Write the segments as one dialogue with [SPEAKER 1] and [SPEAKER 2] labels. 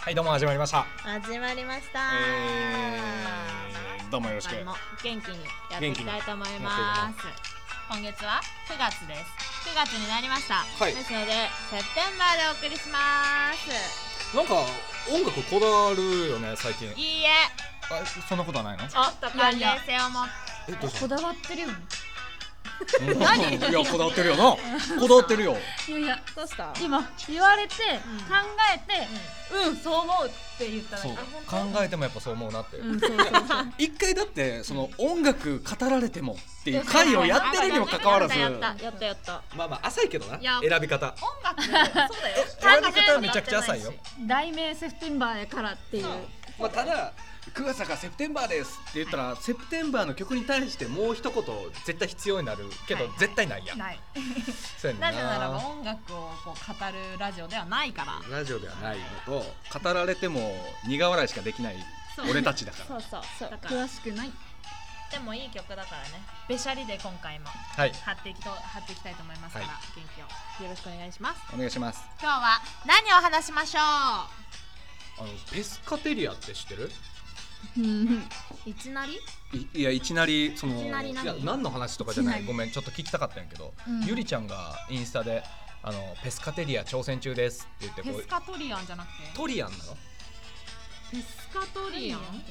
[SPEAKER 1] はいどうも始まりました、
[SPEAKER 2] 始まりました、
[SPEAKER 1] えー、どうもよろしく
[SPEAKER 2] 今回も元気にやっ
[SPEAKER 1] 元
[SPEAKER 2] てい
[SPEAKER 1] 気
[SPEAKER 2] き
[SPEAKER 1] に
[SPEAKER 2] たいと思います今月は9月です9月になりました、
[SPEAKER 1] はい
[SPEAKER 2] ですのでセプテンバーでお送りします
[SPEAKER 1] なんか音楽こだわるよね最近
[SPEAKER 2] いいえ
[SPEAKER 1] あそんなことはないの
[SPEAKER 2] ちょっと関連性を持っ
[SPEAKER 1] えどうし
[SPEAKER 3] こ
[SPEAKER 1] た
[SPEAKER 3] だわってるよね
[SPEAKER 1] うんいやこだわってるよなこだわってるよ
[SPEAKER 3] いやいや
[SPEAKER 2] どうした
[SPEAKER 3] 今言われて、
[SPEAKER 2] ん
[SPEAKER 3] 考えてうん、そう思うって言っただ
[SPEAKER 1] そう
[SPEAKER 3] け
[SPEAKER 1] 考えてもやっぱそう思うなって、
[SPEAKER 3] うんそうそうそう
[SPEAKER 1] 一回だってその音楽語られてもっていう回をやってるにもかかわらず
[SPEAKER 2] やったやったやった
[SPEAKER 1] まあまあ浅いけどない
[SPEAKER 2] や
[SPEAKER 1] 選び方
[SPEAKER 2] 音 楽そうだよ
[SPEAKER 1] 選び方はめちゃくちゃ浅いよ
[SPEAKER 3] 題名セプテンバーやからっていう
[SPEAKER 2] そう
[SPEAKER 1] まあ、ただ9月だからセプテンバーですって言ったら、セプテンバーの曲に対してもう一言絶対必要になるけど、
[SPEAKER 2] はいはい
[SPEAKER 1] 絶対ないやん
[SPEAKER 2] ない
[SPEAKER 1] そうやねん
[SPEAKER 2] なぜならば音楽をこう語るラジオではないから
[SPEAKER 1] ラジオではないのと語られても苦笑いしかできない
[SPEAKER 2] そう
[SPEAKER 1] 俺たちだか
[SPEAKER 2] そうそう
[SPEAKER 3] そう
[SPEAKER 2] だから
[SPEAKER 3] 詳しくない
[SPEAKER 2] でもいい曲だからねべしゃりで今回も
[SPEAKER 1] らはい
[SPEAKER 2] 貼っていきと貼っていきたいと思いますから、
[SPEAKER 1] はい
[SPEAKER 2] 元気をよろしくお願いします
[SPEAKER 1] お願いします
[SPEAKER 2] 今日は何を話しましょ
[SPEAKER 1] あのペスカテリアって知ってる
[SPEAKER 3] うん
[SPEAKER 2] ういきなり
[SPEAKER 1] いいやいきなりその
[SPEAKER 2] いきなり何
[SPEAKER 1] や何の話とかじゃな
[SPEAKER 3] いき
[SPEAKER 1] い
[SPEAKER 3] な
[SPEAKER 1] ご
[SPEAKER 3] り
[SPEAKER 1] めんちょっと聞きたかったんやけど、
[SPEAKER 3] うん
[SPEAKER 1] ゆりちゃんがインスタであのペスカテリア挑戦中ですって言って
[SPEAKER 2] ペ
[SPEAKER 1] こ
[SPEAKER 2] ス
[SPEAKER 1] う
[SPEAKER 2] カトリアンじゃなくて
[SPEAKER 1] トリアンなの
[SPEAKER 2] ペスカトリアン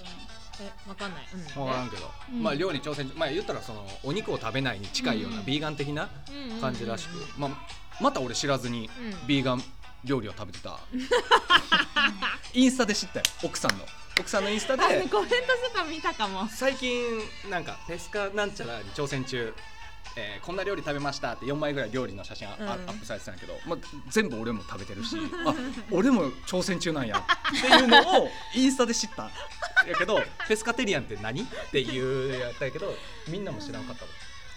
[SPEAKER 2] えわかんない、うん、
[SPEAKER 1] わからんけど、
[SPEAKER 3] うん
[SPEAKER 1] まあ料理挑戦まあ言ったらそのお肉を食べないに近いような
[SPEAKER 2] うん
[SPEAKER 1] ビーガン的な感じらしく、まあ、また俺知らずに
[SPEAKER 2] うん
[SPEAKER 1] ビーガン料理を食べて た、インスタで知ったよ奥さんの奥さんのインスタで
[SPEAKER 2] あのコメントとか見たかも
[SPEAKER 1] 最近なんかペスカなんちゃらに挑戦中、えーこんな料理食べましたって4枚ぐらい料理の写真あ
[SPEAKER 2] うん
[SPEAKER 1] あアップされてたんやけど、まあ、全部俺も食べてるし あ俺も挑戦中なんやっていうのをインスタで知ったやけどペスカテリアンって何っていうやったんやけどみんなも知らんかったわ、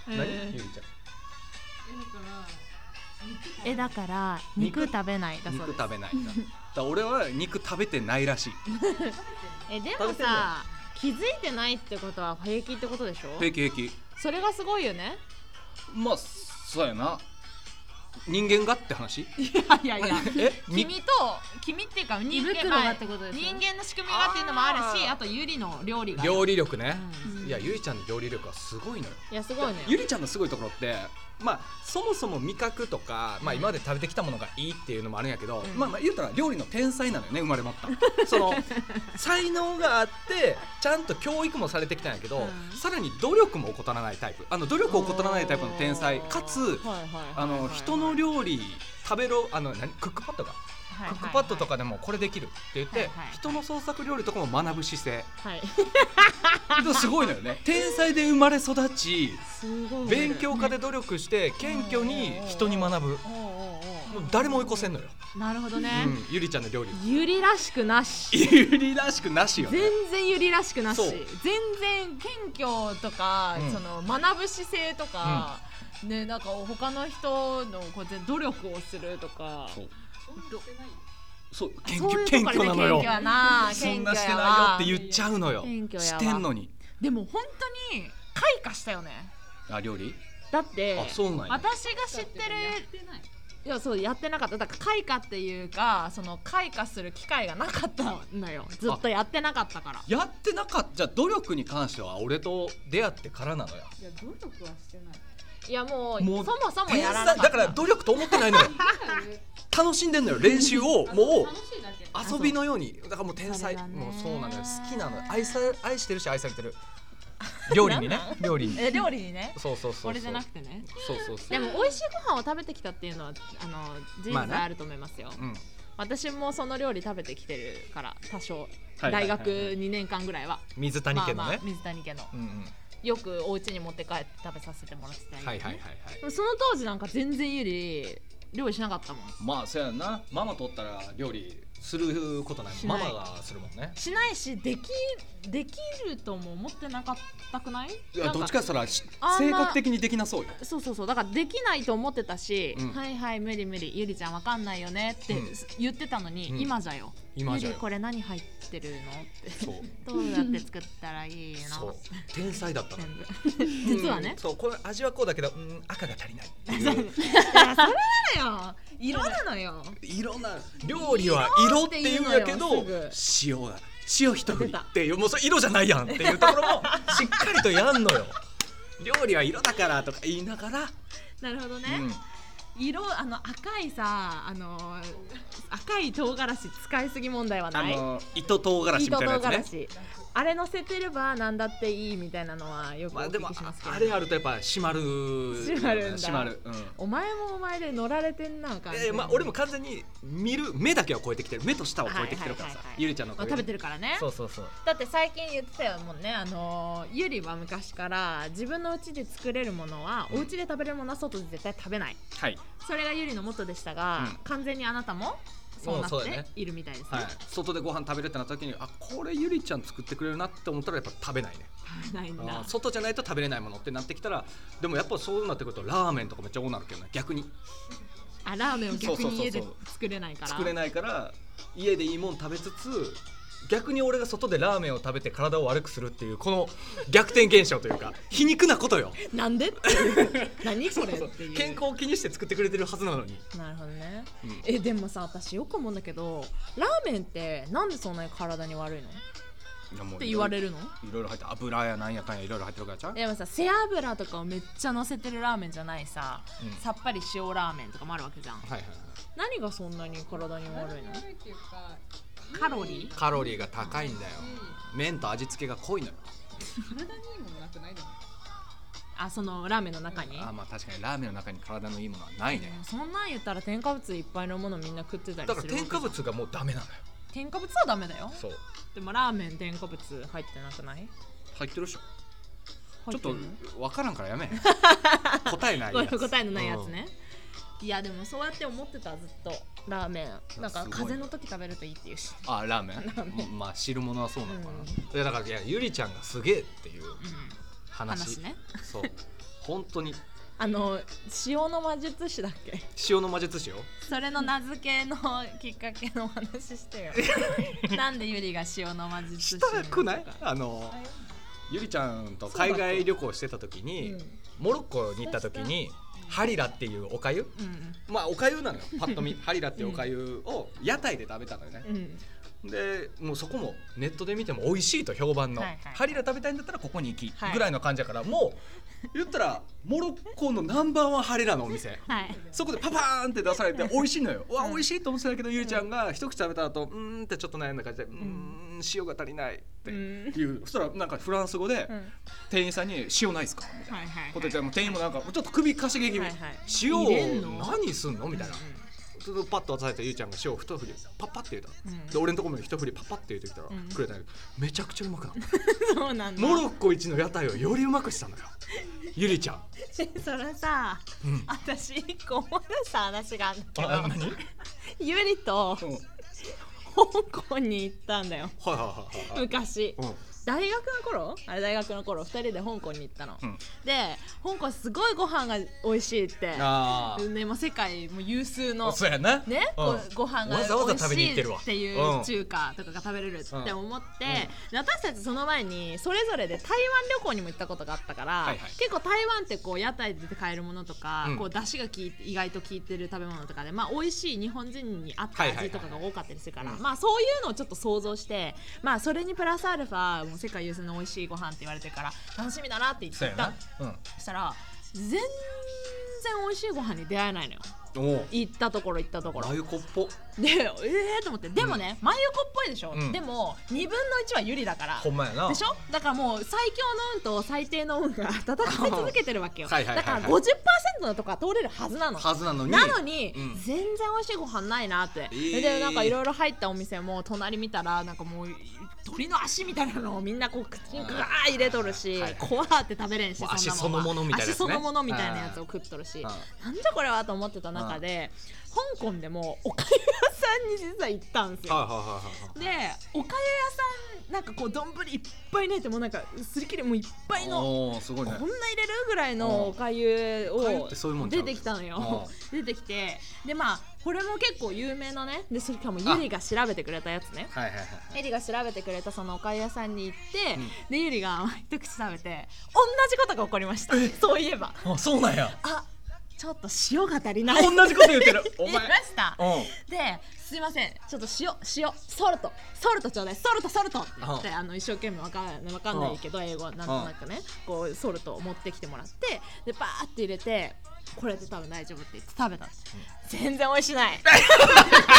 [SPEAKER 1] 何ゆりちゃん
[SPEAKER 2] えだから
[SPEAKER 1] 肉
[SPEAKER 2] 肉食べないだそう
[SPEAKER 1] 肉
[SPEAKER 2] です
[SPEAKER 1] 食べないんだだから俺は肉食べてないらしい
[SPEAKER 2] えで
[SPEAKER 1] 食べ
[SPEAKER 2] も
[SPEAKER 1] てんのよ
[SPEAKER 2] さ気づいてないってことは平気ってことでしょ
[SPEAKER 1] 平気平気
[SPEAKER 2] それがすごいよね
[SPEAKER 1] まあそうやな人間がって話
[SPEAKER 2] いやいやいや
[SPEAKER 1] え
[SPEAKER 2] 君
[SPEAKER 1] に
[SPEAKER 2] と君っていうか人
[SPEAKER 3] 胃袋がってことですよ
[SPEAKER 2] 人
[SPEAKER 3] ね
[SPEAKER 2] 間の仕組みがっていうのもあるし
[SPEAKER 1] あー
[SPEAKER 2] あとゆりの料理が
[SPEAKER 1] 料理力ね、
[SPEAKER 2] うん
[SPEAKER 1] いやゆりちゃんの料理力はすごいのよ
[SPEAKER 2] いやすごいね
[SPEAKER 1] ゆりちゃんのすごいところってまあそもそも味覚とか、まあ、
[SPEAKER 2] うん
[SPEAKER 1] 今まで食べてきたものがいいっていうのもあるんやけど、
[SPEAKER 2] うん
[SPEAKER 1] まあまあ言ったら料理の天才なのよね生まれ持った その才能があってちゃんと教育もされてきたんやけど、
[SPEAKER 2] うん
[SPEAKER 1] さらに努力も怠らないタイプあの努力を怠らないタイプの天才かつ
[SPEAKER 2] はいはいはいはい
[SPEAKER 1] あの人の料理食べろあの何クックパッドか、
[SPEAKER 2] はいはいはい
[SPEAKER 1] クックパッドとかでもこれできるって言って、
[SPEAKER 2] はいはいはい
[SPEAKER 1] 人の創作料理とかも学ぶ姿勢
[SPEAKER 2] はい
[SPEAKER 1] でもすごいのよね天才で生まれ育ち
[SPEAKER 2] すごい
[SPEAKER 1] 勉強家で努力して謙虚に人に学ぶもう
[SPEAKER 2] おうおうお
[SPEAKER 1] 誰も追い越せんのよ、
[SPEAKER 2] うなるほどね
[SPEAKER 1] うん、ゆりちゃんの料理
[SPEAKER 2] ゆりらしくなし
[SPEAKER 1] ゆりらしくなしよね
[SPEAKER 2] 全然ゆりらしくなし
[SPEAKER 1] そう
[SPEAKER 2] 全然謙虚とか
[SPEAKER 1] うん
[SPEAKER 2] その学ぶ姿勢とかねなんか他の人のこう全努力をするとか
[SPEAKER 1] そうそう謙
[SPEAKER 2] そうい
[SPEAKER 1] 虚
[SPEAKER 2] うとこ
[SPEAKER 1] 謙
[SPEAKER 2] ろ
[SPEAKER 1] 虚なのよ
[SPEAKER 2] ね謙虚やな
[SPEAKER 1] そんなして
[SPEAKER 2] 謙虚や
[SPEAKER 1] な
[SPEAKER 2] わ
[SPEAKER 1] いよって言っちゃうのよ
[SPEAKER 2] 謙虚や
[SPEAKER 1] し
[SPEAKER 2] わ
[SPEAKER 1] てんのに
[SPEAKER 2] でも本当に開花したよね
[SPEAKER 1] あ料理
[SPEAKER 2] だって
[SPEAKER 1] あそうなんや
[SPEAKER 2] 私が知ってるいやそうやってなかっただから開花っていうかその開花する機会がなかったのよずっとやってなかったから
[SPEAKER 1] やってなかったじゃあ努力に関しては俺と出会ってからなのよ
[SPEAKER 3] いや努力はしてない
[SPEAKER 2] いやもう
[SPEAKER 1] もう
[SPEAKER 2] そもそも
[SPEAKER 1] 天
[SPEAKER 2] やら
[SPEAKER 1] 才
[SPEAKER 2] なか
[SPEAKER 1] だか
[SPEAKER 2] った
[SPEAKER 1] ら努力と思ってない のよ楽しんでんのよ練習をもう
[SPEAKER 3] しいだけ
[SPEAKER 1] 遊びのようにだからもう天才
[SPEAKER 2] それがね
[SPEAKER 1] もうそうなのよ好きなのよ愛さ愛してるし愛されて る料理にね料理に
[SPEAKER 2] え料理にね
[SPEAKER 1] そうそうそうそう
[SPEAKER 2] これじゃなくてね
[SPEAKER 1] そうそうそう
[SPEAKER 2] でも美味しいご飯を食べてきたっていうのはあの事
[SPEAKER 1] まあ
[SPEAKER 2] 実
[SPEAKER 1] ね
[SPEAKER 2] あると思いますよ、
[SPEAKER 1] うん
[SPEAKER 2] 私もその料理食べてきてるから多少
[SPEAKER 1] いはいは
[SPEAKER 2] 大
[SPEAKER 1] いはい
[SPEAKER 2] 学2年間ぐらいは
[SPEAKER 1] 水谷家の
[SPEAKER 2] まあまあ
[SPEAKER 1] ね
[SPEAKER 2] 水谷家の
[SPEAKER 1] うんうん
[SPEAKER 2] よくお家に持って帰って食べさせてもらってたり、
[SPEAKER 1] はいはいはいはい
[SPEAKER 2] でもその当時なんか全然ゆり料理しなかったもん
[SPEAKER 1] まあそうやんなママとおったら料理することない
[SPEAKER 2] し
[SPEAKER 1] マ
[SPEAKER 2] ない
[SPEAKER 1] マがするもんね
[SPEAKER 2] しないしできできるとも思ってなかったくない
[SPEAKER 1] いや
[SPEAKER 2] なん
[SPEAKER 1] どっちかしたらし
[SPEAKER 2] あん
[SPEAKER 1] 性
[SPEAKER 2] な
[SPEAKER 1] 格的にできなそうよ
[SPEAKER 2] そうそうそうだからできないと思ってたし、
[SPEAKER 1] うん
[SPEAKER 2] はいはい無理無理ゆりちゃんわかんないよねって
[SPEAKER 1] うん
[SPEAKER 2] 言ってたのに、
[SPEAKER 1] うん
[SPEAKER 2] 今じゃよ
[SPEAKER 1] 今じゃ
[SPEAKER 2] ゆり
[SPEAKER 1] よ
[SPEAKER 2] これ何入ってるのって
[SPEAKER 1] そう
[SPEAKER 2] どうやって作ったらいいの
[SPEAKER 1] そう天才だったの
[SPEAKER 2] 全部実は
[SPEAKER 1] う
[SPEAKER 2] ね
[SPEAKER 1] ん、そうこれ味はこうだけどうん赤が足りない っていう
[SPEAKER 2] いやそれなのよ色なのよ
[SPEAKER 1] いろんな料理は色って言うんやけど塩が塩一振りっていうもうそれ色じゃないやんっていうところ もしっかりとやんのよ料理は色だからとか言いながら、
[SPEAKER 2] なるほどね、
[SPEAKER 1] うん
[SPEAKER 2] 色あの赤いさあの赤い唐辛子使いすぎ問題は
[SPEAKER 1] あ
[SPEAKER 2] ない
[SPEAKER 1] の糸唐辛子み
[SPEAKER 2] 糸
[SPEAKER 1] たいな
[SPEAKER 2] 唐
[SPEAKER 1] やつ
[SPEAKER 2] 辛
[SPEAKER 1] ね
[SPEAKER 2] 子、あれ乗せてれば何だっていいみたいなのはよくお
[SPEAKER 1] まあ
[SPEAKER 2] 聞
[SPEAKER 1] でも
[SPEAKER 2] きしますけど、
[SPEAKER 1] あれあるとやっぱ閉まる
[SPEAKER 2] 閉まるんだ
[SPEAKER 1] 閉まる、うん
[SPEAKER 2] お前もお前で乗られてんな感じ、
[SPEAKER 1] えーまあ、俺も完全に見る目だけは超えてきてる目と舌は超えてきてるからさ
[SPEAKER 2] はいはいはいはい
[SPEAKER 1] ゆりちゃんの
[SPEAKER 2] まあ、
[SPEAKER 1] 声
[SPEAKER 2] 食べてるからね
[SPEAKER 1] そうそうそう
[SPEAKER 2] だって最近言ってたよもんねあのーゆりは昔から自分の家で作れるものは
[SPEAKER 1] うん
[SPEAKER 2] お家で食べれるものは外で絶対食べない、
[SPEAKER 1] はい、
[SPEAKER 2] それがゆりの元でしたが、
[SPEAKER 1] うん
[SPEAKER 2] 完全にあなたもそうなっ
[SPEAKER 1] もうそうだ
[SPEAKER 2] て
[SPEAKER 1] ね
[SPEAKER 2] いるみたいですね
[SPEAKER 1] はい、外でご飯食べるってなった時にあこれゆりちゃん作ってくれるなって思ったらやっぱ食べないね
[SPEAKER 2] 食べないんだ
[SPEAKER 1] あー外じゃないと食べれないものってなってきたらでもやっぱそうなってくるとラーメンとかめっちゃ多なるけどね逆に
[SPEAKER 2] あラーメンを逆
[SPEAKER 1] そうそうそうそ
[SPEAKER 2] に
[SPEAKER 1] う
[SPEAKER 2] 家で作れないから
[SPEAKER 1] 作れないから家でいいもん食べつつ逆に俺が外でラーメンを食べて体を悪くするっていうこの逆転現象というか皮肉なことよ
[SPEAKER 2] なんでっていう 何これっていう
[SPEAKER 1] 健康を気にして作ってくれてるはずなのに、
[SPEAKER 2] なるほどね
[SPEAKER 1] うん
[SPEAKER 2] えでもさ私よく思うんだけどラーメンってなんでそんなに体に悪いのっ
[SPEAKER 1] いやもう
[SPEAKER 2] て言われるの
[SPEAKER 1] いろいろ入って油やなんやかんやいろいろ入ってるからちゃう
[SPEAKER 2] でもさ背脂とかをめっちゃ乗せてるラーメンじゃないさ、
[SPEAKER 1] うん
[SPEAKER 2] さっぱり塩ラーメンとかもあるわけじゃん
[SPEAKER 1] はいはいはい
[SPEAKER 2] 何がそんなに体に悪いの
[SPEAKER 3] 悪いっていうか
[SPEAKER 2] カロリー
[SPEAKER 1] カロリーが高いんだよ麺と味付けが濃いのよ
[SPEAKER 3] 体にいいものなくないでも
[SPEAKER 2] あそのラーメンの中に
[SPEAKER 1] あーまあ確かにラーメンの中に体のいいものはないね
[SPEAKER 2] そんなん言ったら添加物いっぱいのものみんな食って
[SPEAKER 1] だ
[SPEAKER 2] たりす
[SPEAKER 1] か
[SPEAKER 2] る
[SPEAKER 1] ら
[SPEAKER 2] わけ
[SPEAKER 1] 添加物がもうダメなのよ
[SPEAKER 2] 添加物はダメだよ
[SPEAKER 1] そう
[SPEAKER 2] でもラーメン添加物入ってなくない
[SPEAKER 1] 入ってるでしょちょ
[SPEAKER 2] 入
[SPEAKER 1] ってと
[SPEAKER 2] るの
[SPEAKER 1] 分からんからや め答えない
[SPEAKER 2] こ
[SPEAKER 1] や
[SPEAKER 2] れ
[SPEAKER 1] つ
[SPEAKER 2] 答えのないやつね、いやでもそうやって思ってたずっとラーメンなんか
[SPEAKER 1] すごい
[SPEAKER 2] 風邪の時食べるといいっていうし、
[SPEAKER 1] あラーメンうんまあ汁物はそうなのかな、
[SPEAKER 2] うん
[SPEAKER 1] いやだからいやゆりちゃんがすげえっていう
[SPEAKER 2] うん、
[SPEAKER 1] 話
[SPEAKER 2] 話ね
[SPEAKER 1] そう本当に
[SPEAKER 2] あの塩の魔術師だっけ
[SPEAKER 1] 塩の魔術師よ
[SPEAKER 2] それの名付けのきっかけのお話して よなんでゆりが塩の魔術師
[SPEAKER 1] し
[SPEAKER 2] に
[SPEAKER 1] たくないあの
[SPEAKER 3] あよ
[SPEAKER 1] ゆりちゃんと海外旅行してた時
[SPEAKER 2] うん
[SPEAKER 1] に、モロッコに行った時にハリラっていうおかゆ
[SPEAKER 2] うん
[SPEAKER 1] まあおかゆなのよパッと見ハリラっていうおかゆを屋台で食べたのよね
[SPEAKER 2] う、ん
[SPEAKER 1] でもうそこもネットで見ても美味しいと評判の、
[SPEAKER 2] はいはい
[SPEAKER 1] ハリラ食べたいんだったらここに行き
[SPEAKER 2] はい
[SPEAKER 1] ぐらいの感じだから、もう言ったらモロッコのナンバーワンハリラのお店
[SPEAKER 2] はい
[SPEAKER 1] そこでパパーンって出されて美味しいのよ。うわ
[SPEAKER 2] うん
[SPEAKER 1] 美味しいと思ってたけどゆりちゃんが一口食べた後うーんってちょっと悩んだ感じでうーん塩が足りないっていうそしたらなんかフランス語で
[SPEAKER 2] うん
[SPEAKER 1] 店員さんに塩ないですかみたいな
[SPEAKER 2] はいはい
[SPEAKER 1] こと言ってもう店員もなんかちょっと首かしげ気味
[SPEAKER 2] はいはい
[SPEAKER 1] 塩
[SPEAKER 2] 入れんの
[SPEAKER 1] を何すんのみたいな
[SPEAKER 2] うん
[SPEAKER 1] ちょっとパッと渡されたゆりちゃんが塩を一振りパッパって言うたの
[SPEAKER 2] うん
[SPEAKER 1] で俺のところも一振りパッパって言うてきたら
[SPEAKER 2] うん
[SPEAKER 1] くれたんやけどめちゃくちゃうまくなった
[SPEAKER 2] そうなんだ
[SPEAKER 1] モロッコ一の屋台をよりうまくしたのよゆりちゃん
[SPEAKER 2] それさ
[SPEAKER 1] うん
[SPEAKER 2] 私一個思い出した話があるんだけど
[SPEAKER 1] 何はい
[SPEAKER 2] ゆりと香港に行ったんだよ
[SPEAKER 1] はいはいはい
[SPEAKER 2] 昔
[SPEAKER 1] うん
[SPEAKER 2] 大学の頃あれ大学の頃2人で香港に行ったの、
[SPEAKER 1] うん
[SPEAKER 2] で香港すごいご飯が美味しいって
[SPEAKER 1] あー
[SPEAKER 2] ね、もう世界もう有数の
[SPEAKER 1] そうやな
[SPEAKER 2] ね、
[SPEAKER 1] うん
[SPEAKER 2] ごご飯が
[SPEAKER 1] わざわざ
[SPEAKER 2] 美
[SPEAKER 1] 食べ
[SPEAKER 2] 味
[SPEAKER 1] に行
[SPEAKER 2] しい
[SPEAKER 1] ってるわ
[SPEAKER 2] って
[SPEAKER 1] う
[SPEAKER 2] い
[SPEAKER 1] ん
[SPEAKER 2] う中華とかが食べれるって思って、
[SPEAKER 1] うんうん
[SPEAKER 2] で私たちその前にそれぞれで台湾旅行にも行ったことがあったから、
[SPEAKER 1] はいはい
[SPEAKER 2] 結構台湾ってこう屋台で買えるものとか、
[SPEAKER 1] うん
[SPEAKER 2] こう出汁が効いて意外と効いてる食べ物とかで、まあ、美味しい日本人に合った
[SPEAKER 1] はいはいはい
[SPEAKER 2] 味とかが多かったりするから、
[SPEAKER 1] うん
[SPEAKER 2] まあ、そういうのをちょっと想像して、まあ、それにプラスアルファもう世界有数の美味しいご飯って言われてるから楽しみだなって言って
[SPEAKER 1] そう
[SPEAKER 2] 行
[SPEAKER 1] や
[SPEAKER 2] った
[SPEAKER 1] なう
[SPEAKER 2] の
[SPEAKER 1] ん
[SPEAKER 2] そしたら全然美味しいご飯に出会えないのよ
[SPEAKER 1] おお
[SPEAKER 2] 行ったところ行ったところ
[SPEAKER 1] ラー油粉っぽ
[SPEAKER 2] でえーと思ってでもね、真由子っぽいでしょ、
[SPEAKER 1] うん
[SPEAKER 2] でも2分の1はゆりだから
[SPEAKER 1] ほんまやな
[SPEAKER 2] でしょだからもう最強の運と最低の運 が戦い続けてるわけよ
[SPEAKER 1] はい
[SPEAKER 2] だ
[SPEAKER 1] はい
[SPEAKER 2] か
[SPEAKER 1] はいはい
[SPEAKER 2] ら50%のとこは通れるはずなの
[SPEAKER 1] はずなのに
[SPEAKER 2] なのに、
[SPEAKER 1] うん
[SPEAKER 2] 全然美味しいご飯ないなって、
[SPEAKER 1] ー
[SPEAKER 2] でなんかいろいろ入ったお店も隣見たらなんかもう鳥の足みたいなのをみんなこう口にぐわー入れとるし
[SPEAKER 1] はい
[SPEAKER 2] 怖って食べれんし
[SPEAKER 1] もう足
[SPEAKER 2] んな
[SPEAKER 1] そのものみたいなやつね
[SPEAKER 2] 足そのものみたいなやつを食っとるし
[SPEAKER 1] うん
[SPEAKER 2] なんじゃこれはと思ってた中で香港でもおかゆ屋さんに実は行ったんです
[SPEAKER 1] はい
[SPEAKER 2] よ。
[SPEAKER 1] はいはいはい
[SPEAKER 2] でおかゆ屋さんなんかこう丼いっぱいねってもうなんかすり切れもういっぱいの
[SPEAKER 1] おおすごいね
[SPEAKER 2] こんな入れるぐらいのおかゆ
[SPEAKER 1] おかゆってそういうも
[SPEAKER 2] を
[SPEAKER 1] んちゃ
[SPEAKER 2] 出
[SPEAKER 1] う
[SPEAKER 2] てきたの
[SPEAKER 1] あ
[SPEAKER 2] よ出てきてでまあこれも結構有名なねでそれかもゆりが調べてくれたやつね
[SPEAKER 1] はいはいはい
[SPEAKER 2] ゆりが調べてくれたそのおかゆ屋さんに行って、
[SPEAKER 1] うん
[SPEAKER 2] でゆりが一口食べて同じことが起こりましたそういえば
[SPEAKER 1] あそうなんや
[SPEAKER 2] あちょっと塩が足りない
[SPEAKER 1] 同じこと言ってるお
[SPEAKER 2] 言いま
[SPEAKER 1] 前
[SPEAKER 2] した
[SPEAKER 1] うん
[SPEAKER 2] で塩いませんちょっと塩塩ソルトソルトちょうだいソルトソルトって言って
[SPEAKER 1] う
[SPEAKER 2] あの一生懸命わかんわかんないけど英語はなんとなくねこうソルトを持ってきてもらってでバーって入れてこれで多分大丈夫って言って食べたんです全然美味し ない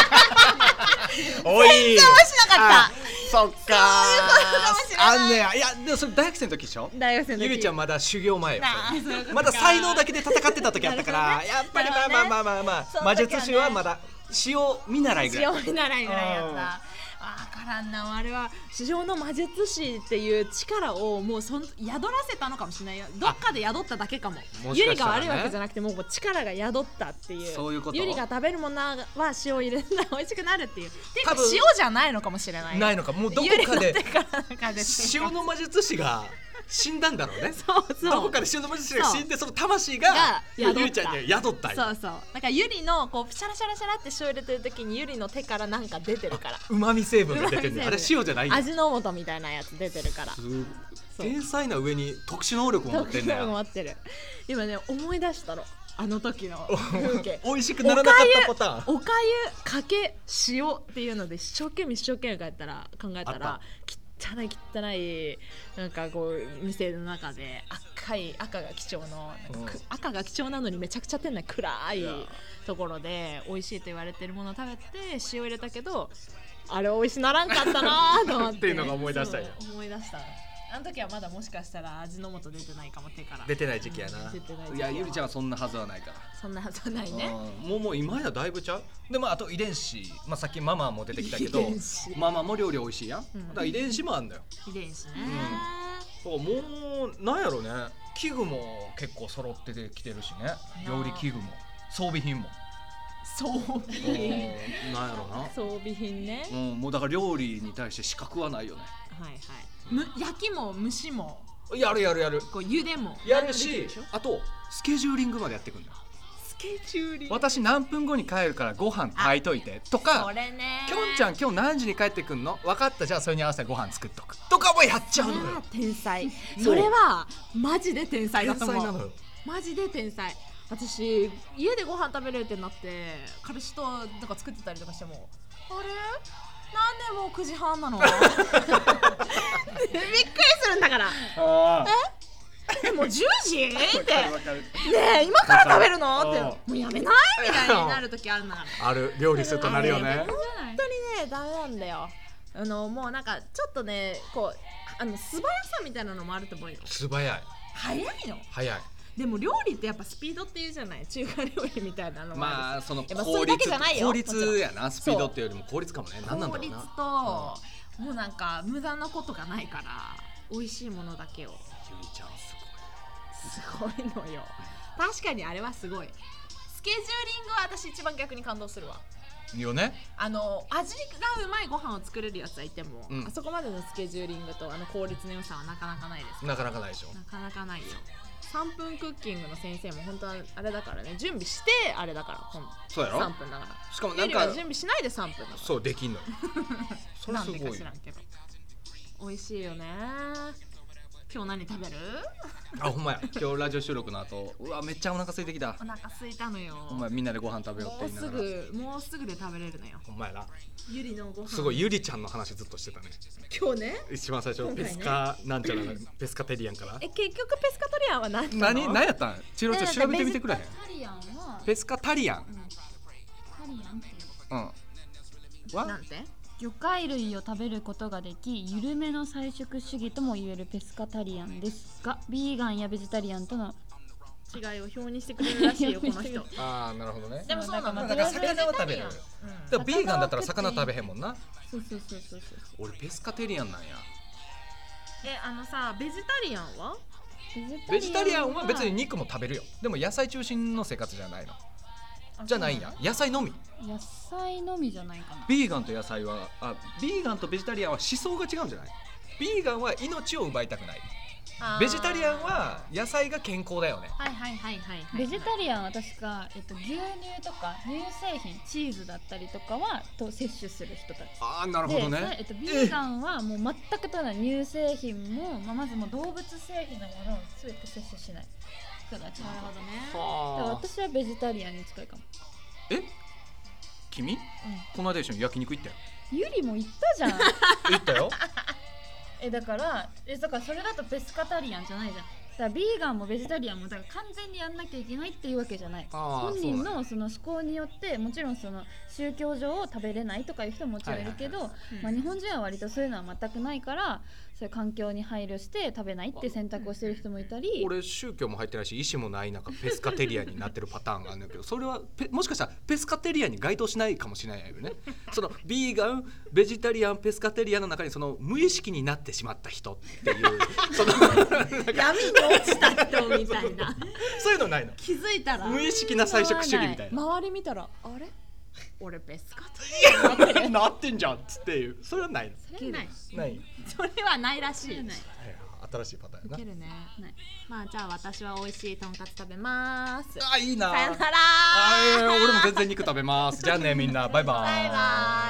[SPEAKER 1] おい全然美味
[SPEAKER 2] 美味しなかった
[SPEAKER 1] そっか
[SPEAKER 2] そういうことかもしれない
[SPEAKER 1] あんねやいやでもそれ大学生の時でしょ
[SPEAKER 2] 大学生の時
[SPEAKER 1] ゆめちゃんまだ修行前よ
[SPEAKER 2] なあ
[SPEAKER 1] それ
[SPEAKER 2] そういうことか
[SPEAKER 1] まだ才能だけで戦ってた時あったから、
[SPEAKER 2] なるほどね
[SPEAKER 1] やっぱりまあ
[SPEAKER 2] なる
[SPEAKER 1] ま
[SPEAKER 2] ほ
[SPEAKER 1] あ
[SPEAKER 2] どね
[SPEAKER 1] まあまあまあ、
[SPEAKER 2] その
[SPEAKER 1] 魔
[SPEAKER 2] 時はね
[SPEAKER 1] 術師はまだ塩見習いぐらい
[SPEAKER 2] 塩見習いぐらいや
[SPEAKER 1] う
[SPEAKER 2] っ
[SPEAKER 1] ん
[SPEAKER 2] たわからんなあれは史上の魔術師っていう力をもうそん宿らせたのかもしれないよどっかで宿っただけかも
[SPEAKER 1] もし
[SPEAKER 2] ゆ
[SPEAKER 1] か
[SPEAKER 2] り
[SPEAKER 1] した
[SPEAKER 2] が
[SPEAKER 1] らね
[SPEAKER 2] 悪いわけじゃなくてもうもう力が宿ったっていう
[SPEAKER 1] そういうこと
[SPEAKER 2] ゆりが食べるものは塩入れるなら美味しくなるっていうていうか
[SPEAKER 1] 多分
[SPEAKER 2] 塩じゃないのかもしれない
[SPEAKER 1] ない
[SPEAKER 2] い
[SPEAKER 1] のかもうどこかで
[SPEAKER 2] かで
[SPEAKER 1] 塩の魔術師が死んだんだろうね
[SPEAKER 2] そうそう
[SPEAKER 1] どこかで塩の魔術師が死んでその魂が
[SPEAKER 2] が
[SPEAKER 1] ゆ
[SPEAKER 2] 宿った
[SPEAKER 1] めちゃんには宿ったん
[SPEAKER 2] そ
[SPEAKER 1] よ
[SPEAKER 2] うそうだからゆりのこうシャラシャラシャラって塩入れてる時にゆりの手からなんか出てるから
[SPEAKER 1] うまみ成分が出てるんだよあ
[SPEAKER 2] う
[SPEAKER 1] れ
[SPEAKER 2] まみ成分
[SPEAKER 1] 塩じゃないんだ
[SPEAKER 2] 味の素みたいなやつ出てるから
[SPEAKER 1] すごい
[SPEAKER 2] そう
[SPEAKER 1] 天才な上に特殊能力を持ってんだよ
[SPEAKER 2] 持ってる今ね思い出したのあの時の風景
[SPEAKER 1] 美味しくならなかったパターン
[SPEAKER 2] おかゆかけ塩っていうので一生懸命一生懸命考えたら考えた
[SPEAKER 1] あ
[SPEAKER 2] ら汚い汚いなんかこう店の中で赤い赤が貴重のなんかく
[SPEAKER 1] うん
[SPEAKER 2] 赤が貴重なのにめちゃくちゃ店内暗い
[SPEAKER 1] いや
[SPEAKER 2] ところで美味しいと言われてるものを食べて塩入れたけどあれ美味しならんかったなと思って
[SPEAKER 1] っていうのが思い出したんや
[SPEAKER 2] そう思い出したあの時はまだもしかしたら味の素出てないかも手から
[SPEAKER 1] 出てない時期やな
[SPEAKER 2] うん出てない時期
[SPEAKER 1] いやゆりちゃんはそんなはずはないから
[SPEAKER 2] そんなはずはないね
[SPEAKER 1] うんもうもう今やだいぶちゃうでまああと遺伝子まあさっきママも出てきたけど
[SPEAKER 2] 遺伝子
[SPEAKER 1] ママも料理美味しいやん、
[SPEAKER 2] うん
[SPEAKER 1] だから遺伝子もあんだよ
[SPEAKER 2] 遺伝子ね、
[SPEAKER 1] だからもうなんやろね器具も結構揃っててきてるしね料理器具も装備品も
[SPEAKER 2] 装
[SPEAKER 1] うんな
[SPEAKER 2] 備
[SPEAKER 1] んやろな
[SPEAKER 2] 装備品ね、
[SPEAKER 1] うんもうだから料理に対して資格はないよね
[SPEAKER 2] はいはいむ焼きも蒸しも
[SPEAKER 1] やるやるやる
[SPEAKER 2] こう茹でも
[SPEAKER 1] やる
[SPEAKER 2] 何でもでき
[SPEAKER 1] し
[SPEAKER 2] でょ
[SPEAKER 1] あとスケジューリングまでやってくんだよ
[SPEAKER 2] スケジューリング
[SPEAKER 1] 私何分後に帰るからご飯炊いといてとか
[SPEAKER 2] それね
[SPEAKER 1] きょんちゃん今日何時に帰ってくんの分かったじゃあそれに合わせてご飯作っとくとかもやっちゃうの
[SPEAKER 2] あ
[SPEAKER 1] よ
[SPEAKER 2] ー天才それはマジで天才だ
[SPEAKER 1] 天
[SPEAKER 2] と
[SPEAKER 1] 才
[SPEAKER 2] 思う
[SPEAKER 1] なのよ
[SPEAKER 2] マジで天才私家でご飯食べれるってなって彼氏となんか作ってたりとかしてもあれなんでもう9時 半なのびっくりするんだから
[SPEAKER 1] あ
[SPEAKER 2] えもう10時 って
[SPEAKER 1] かる
[SPEAKER 2] ねえ今から食べるのって
[SPEAKER 1] うん
[SPEAKER 2] もうやめないみたいになる時あるん だから
[SPEAKER 1] ある料理するとなるよね
[SPEAKER 2] 本当にねダメなんだよあのもうなんかちょっとねこうあの素早さみたいなのもあると思うよ
[SPEAKER 1] 素早い
[SPEAKER 2] 早いの
[SPEAKER 1] 早い
[SPEAKER 2] でも料理ってやっぱスピードっていうじゃない中華料理みたいなのも
[SPEAKER 1] ま
[SPEAKER 2] あ
[SPEAKER 1] あその
[SPEAKER 2] やっぱ
[SPEAKER 1] 効
[SPEAKER 2] それだけ
[SPEAKER 1] 率
[SPEAKER 2] じゃないよ
[SPEAKER 1] 効
[SPEAKER 2] もちろ
[SPEAKER 1] 率
[SPEAKER 2] ん
[SPEAKER 1] やなスピードっていうよりも効率かもね
[SPEAKER 2] る
[SPEAKER 1] 何なんだろ
[SPEAKER 2] 効
[SPEAKER 1] う
[SPEAKER 2] 率
[SPEAKER 1] な
[SPEAKER 2] ともうなんか無駄なことがないから美味しいものだけを
[SPEAKER 1] ゆりちゃんす
[SPEAKER 2] すごいのよ確かにあれはすごいスケジューリングは私一番逆に感動するわ
[SPEAKER 1] ごいよね
[SPEAKER 2] あの味がうまいご飯を作れるやつはいても、
[SPEAKER 1] うん
[SPEAKER 2] あそこまでのスケジューリングとあの効率の良さはなかなかないです
[SPEAKER 1] なかなかないでしょ
[SPEAKER 2] なかなかないよ3分クッキングの先生も本当はあれだからね準備してあれだからこの
[SPEAKER 1] そうやろ
[SPEAKER 2] 3分だから
[SPEAKER 1] しかもな
[SPEAKER 2] なんんか
[SPEAKER 1] か
[SPEAKER 2] 準備しないで3分だから
[SPEAKER 1] そうでき んのよそれ
[SPEAKER 2] な
[SPEAKER 1] す
[SPEAKER 2] んで
[SPEAKER 1] ご
[SPEAKER 2] か
[SPEAKER 1] い
[SPEAKER 2] 知らんけど美味しいよね今日何食べる
[SPEAKER 1] あほんまや今日ラジオ収録の後うわめっちゃお腹空いてきた
[SPEAKER 2] お腹空いたのよ
[SPEAKER 1] ほんまやみんなでご飯食べよう
[SPEAKER 2] も
[SPEAKER 1] って
[SPEAKER 2] う
[SPEAKER 1] 言いな
[SPEAKER 2] す
[SPEAKER 1] がら
[SPEAKER 2] ぐもうすぐで食べれるのよ
[SPEAKER 1] ほんまやな
[SPEAKER 2] ゆりのご飯
[SPEAKER 1] すごいゆりちゃんの話ずっとしてたね
[SPEAKER 2] 今日ね
[SPEAKER 1] 一番最初
[SPEAKER 2] 今
[SPEAKER 1] ペ
[SPEAKER 2] 回ね
[SPEAKER 1] スカなんちゃらのペスカテリアンから
[SPEAKER 2] え結局ペスカトリアンは何なの
[SPEAKER 1] 何何やったんチロちゃん
[SPEAKER 2] ね
[SPEAKER 1] 調べてみてくれへん
[SPEAKER 3] タリアンは、
[SPEAKER 1] ペスカタリアン
[SPEAKER 3] うん、タリアンっていう
[SPEAKER 1] うん
[SPEAKER 2] な
[SPEAKER 1] は
[SPEAKER 2] んて
[SPEAKER 4] 魚介類を食べることができ緩めの菜食主義ともいえるペスカタリアンですがビーガンやベジタリアンとの
[SPEAKER 2] 違いを表にしてくれるらしいよこの 人
[SPEAKER 1] ああなるほどね
[SPEAKER 2] でもそうな
[SPEAKER 1] まあ
[SPEAKER 2] の
[SPEAKER 1] だから魚は食べるよ
[SPEAKER 2] うん
[SPEAKER 1] だからビーガンだったら魚食べへんもんな
[SPEAKER 4] そうそうそうそうそう
[SPEAKER 1] 俺ペスカテリアンなんや
[SPEAKER 2] えあのさベジタリアンは
[SPEAKER 1] ベジタリアンは別に肉も食べるよでも野菜中心の生活じゃないのじゃないんや野菜のみ
[SPEAKER 4] 野菜のみじゃないかな
[SPEAKER 1] ビーガンと野菜はあビーガンとベジタリアンは思想が違うんじゃないビーガンは命を奪いたくない
[SPEAKER 2] あー
[SPEAKER 1] ベジタリアンは野菜が健康だよね
[SPEAKER 2] はいはいはいはいはい
[SPEAKER 4] ベジタリアンは確か、えっと、牛乳とか乳製品チーズだったりとかはと摂取する人たち
[SPEAKER 1] ああなる
[SPEAKER 4] で、それえっと、ビーガンはもう全くとない乳製品も、まあ、まずもう動物製品のものを全て摂取しない人たちな
[SPEAKER 2] なる
[SPEAKER 4] の
[SPEAKER 2] ほどね
[SPEAKER 4] だから
[SPEAKER 1] はあ
[SPEAKER 4] 私はベジタリアンに近いかも
[SPEAKER 1] え君この間一緒に焼肉行ったよ
[SPEAKER 4] ゆりも言ったじゃん
[SPEAKER 1] 行ったよ
[SPEAKER 4] えだからえだからそれだとペスカタリアンじゃないじゃんだからビーガンもベジタリアンもだから完全にやんなきゃいけないっていうわけじゃない
[SPEAKER 1] あー
[SPEAKER 4] 本人
[SPEAKER 1] そうだ
[SPEAKER 4] のその思考によってもちろんその宗教上を食べれないとかいう人ももちろんいるけど、まあ、日本人は割とそういうのは全くないからそういう環境に配慮して食べないって選択をしてる人もいたり
[SPEAKER 1] 俺宗教も入ってないし意思もない中ペスカテリアになってるパターンがあるんだけどそれはペもしかしたらペスカテリアに該当しないかもしれないよねそのビーガンベジタリアンペスカテリアンの中にその無意識になってしまった人っていうその
[SPEAKER 2] 闇に落ちた人みたいな
[SPEAKER 1] そういうのないの
[SPEAKER 2] 気づいたら
[SPEAKER 1] 無意識な菜食主義みたいな
[SPEAKER 2] 周り見たらあれ俺ベスカと
[SPEAKER 1] なってんじゃんっつっていうそれはない
[SPEAKER 4] それはない
[SPEAKER 1] のない
[SPEAKER 2] それはないらしい
[SPEAKER 4] ない
[SPEAKER 1] 新しいパターン
[SPEAKER 2] ウ
[SPEAKER 1] や
[SPEAKER 2] ケるね
[SPEAKER 4] ない
[SPEAKER 2] まあじゃあ私は美味しいとんかつ食べます
[SPEAKER 1] なあいいな
[SPEAKER 2] さよなら
[SPEAKER 1] あいや俺も全然肉食べますじゃあねみんなバイバーイ
[SPEAKER 2] バイバイ